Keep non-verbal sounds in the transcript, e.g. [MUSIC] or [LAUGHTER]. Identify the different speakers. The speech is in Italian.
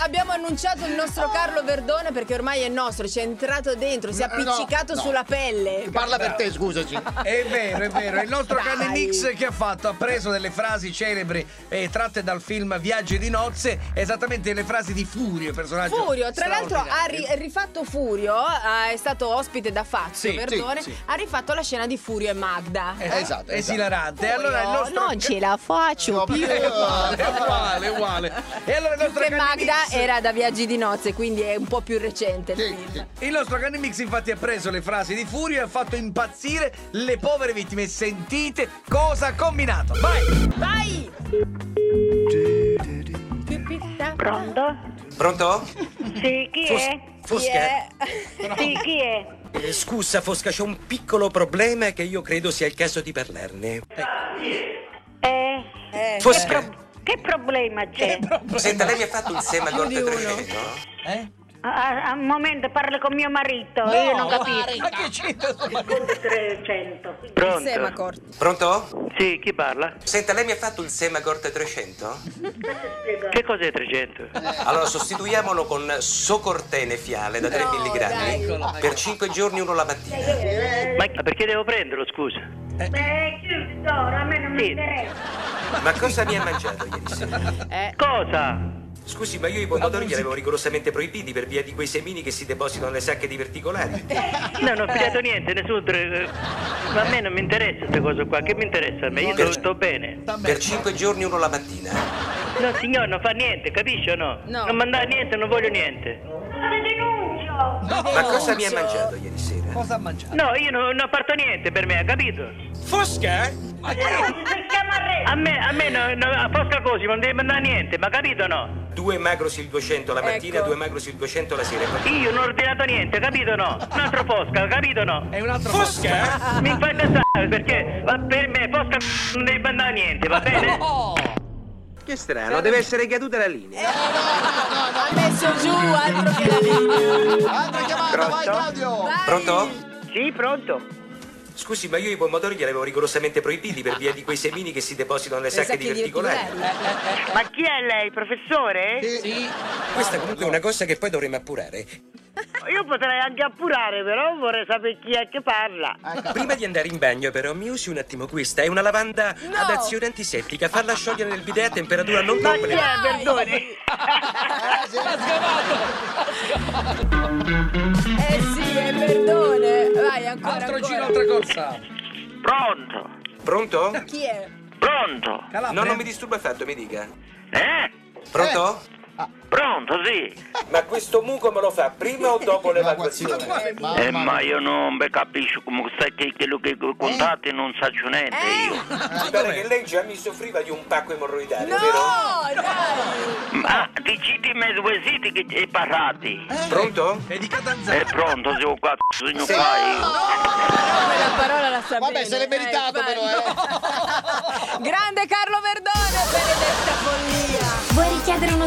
Speaker 1: abbiamo annunciato il nostro Carlo Verdone perché ormai è nostro, ci è entrato dentro, si è
Speaker 2: No, no,
Speaker 1: appiccicato
Speaker 2: no.
Speaker 1: sulla pelle.
Speaker 2: Eh, Parla per te, scusaci.
Speaker 3: È vero, è vero. Il nostro
Speaker 1: Dai.
Speaker 3: cane Mix che ha fatto ha preso delle frasi celebri eh, tratte dal film Viaggi di nozze, esattamente le frasi di Furio, personaggio.
Speaker 1: Furio, tra l'altro ha
Speaker 3: straordinario.
Speaker 1: ri- rifatto Furio, eh, è stato ospite da Fazio
Speaker 3: Sì,
Speaker 1: Verdone,
Speaker 2: sì, sì.
Speaker 1: ha rifatto la scena di Furio e Magda.
Speaker 3: Esatto,
Speaker 2: Esatto, esatto.
Speaker 3: esilarante. E
Speaker 1: Eh? Furio,
Speaker 3: allora il nostro
Speaker 1: non ce la faccio
Speaker 2: No, eh,
Speaker 1: più.
Speaker 2: perché-
Speaker 3: è uguale, è uguale, è uguale. [LAUGHS] E allora il
Speaker 1: Più
Speaker 3: nostro
Speaker 1: che
Speaker 3: cane
Speaker 1: Magda
Speaker 3: Mix-
Speaker 1: era da Viaggi di nozze, quindi è un po' più recente il
Speaker 2: Sì,
Speaker 1: film.
Speaker 2: sì.
Speaker 3: Il nostro cane Mix infatti ha preso le frasi di Furio e ha fatto impazzire le povere vittime. Sentite cosa ha combinato. Vai!
Speaker 1: Vai!
Speaker 4: Pronto?
Speaker 5: Pronto?
Speaker 4: Sì, chi è?
Speaker 5: Fosca?
Speaker 4: Sì, chi è?
Speaker 5: Eh, scusa Fosca, c'è un piccolo problema che io credo sia il caso di parlarne.
Speaker 4: Eh,
Speaker 1: [LAUGHS] Eh,
Speaker 5: Fosca,
Speaker 4: che problema
Speaker 3: [LAUGHS]
Speaker 4: c'è?
Speaker 5: Eh, senta, lei mi ha fatto
Speaker 1: [LAUGHS]
Speaker 5: un semagor
Speaker 1: Più di uno.
Speaker 5: tetracheno?
Speaker 3: Eh?
Speaker 4: A- a- Un momento, parlo con mio marito, io non capisco.
Speaker 3: Ma che c'entra?
Speaker 4: 300.
Speaker 6: Eh.
Speaker 1: eh, il semacor.
Speaker 5: Pronto?
Speaker 6: Sì, chi parla?
Speaker 5: Senta, lei mi ha fatto un semagor 300?
Speaker 6: Che cos'è 300?
Speaker 5: Allora sostituiamolo con socortene fiale da 3
Speaker 1: No, dai.
Speaker 5: mg per 5 giorni uno la mattina.
Speaker 6: Ma perché devo prenderlo, scusa?
Speaker 4: Beh, Eh, chiudi d'oro, a me non mi
Speaker 6: Sì.
Speaker 4: interessa.
Speaker 5: Ma cosa mi ha mangiato ieri sera?
Speaker 1: Eh,
Speaker 6: Cosa?
Speaker 5: Scusi, ma io i pomodori li avevo rigorosamente proibiti per via di quei semini che si depositano nelle sacche di verticolari.
Speaker 6: No, non ho pigliato niente, nessun... tre- Ma a me non mi interessa queste cose qua, che mi interessa a me? Io sto, sto bene.
Speaker 5: Per 5 giorni uno la mattina.
Speaker 6: No, signor, non fa niente, capisci o no?
Speaker 1: No.
Speaker 6: Non mandare niente, non voglio niente.
Speaker 4: Lo denuncio!
Speaker 5: Ma cosa
Speaker 1: cioè,
Speaker 5: mi ha mangiato ieri sera?
Speaker 3: Cosa ha mangiato?
Speaker 6: No, io non, non parto niente per me, ha capito?
Speaker 5: Fosca?
Speaker 4: Si chiama Re.
Speaker 6: A me, a me, no, no, a posto così, non devi mandare niente, ma capito o no?
Speaker 5: Due macrosil 200 la mattina,
Speaker 1: Ecco.
Speaker 5: due macrosil 200 la sera.
Speaker 6: Io non ho ordinato niente, capito o no? Un altro posca, capito o no?
Speaker 3: È un altro
Speaker 5: Fosca?
Speaker 6: Mi fai pensare perché ma per me posca non devi mandare niente, va [LAUGHS] bene?
Speaker 5: Che strano, deve essere caduta la linea.
Speaker 1: Oh, ha messo giù altro che la linea.
Speaker 2: Altra chiamata, vai Claudio!
Speaker 1: Vai.
Speaker 5: Pronto?
Speaker 6: Sì, pronto.
Speaker 5: Scusi, ma io i pomodori li avevo rigorosamente proibiti per via di quei semini che si depositano nelle
Speaker 1: Le
Speaker 5: sacche di
Speaker 1: sacche di
Speaker 5: verticolari.
Speaker 1: verticolare.
Speaker 6: Ma chi è lei, professore?
Speaker 5: Questa comunque è una cosa che poi dovremmo appurare.
Speaker 6: Io potrei anche appurare, però vorrei sapere chi è che parla.
Speaker 5: Prima di andare in bagno, però, mi usi un attimo questa. È una lavanda
Speaker 1: No.
Speaker 5: ad azione antisettica. Farla sciogliere nel bidet a temperatura non
Speaker 6: Ma chi
Speaker 5: completa.
Speaker 6: è, perdoni?
Speaker 1: Eh sì, è Verdone. Vai ancora.
Speaker 3: Altro
Speaker 1: ancora.
Speaker 3: giro, altra corsa.
Speaker 6: [LAUGHS] Pronto,
Speaker 5: Pronto?
Speaker 1: Chi è?
Speaker 6: pronto.
Speaker 3: Calabria.
Speaker 5: No, non mi disturba affatto, mi dica.
Speaker 6: Eh?
Speaker 5: Pronto?
Speaker 6: Pronto, sì.
Speaker 5: Ma questo muco me lo fa prima o dopo l'evacuazione?
Speaker 3: Guarda,
Speaker 6: Eh, ma io non mi capisco come stai che quello che contate non saccio
Speaker 1: Eh?
Speaker 6: niente io.
Speaker 5: Mi pare che Ah, lei già mi soffriva di un pacco emorroidale,
Speaker 1: No,
Speaker 5: vero?
Speaker 1: dai.
Speaker 6: Ma decidimi due siti che ci parlate.
Speaker 5: Eh? Pronto?
Speaker 3: È di Catanzaro.
Speaker 6: È pronto, se ho qua, signor fai.
Speaker 1: Quella parola la sa
Speaker 2: Vabbè,
Speaker 1: bene.
Speaker 2: se l'è meritato
Speaker 1: Dai,
Speaker 2: però,
Speaker 1: vai. [LAUGHS]
Speaker 2: eh!
Speaker 1: Grande Carlo Verdone, benedetta follia.
Speaker 7: Vuoi richiedere uno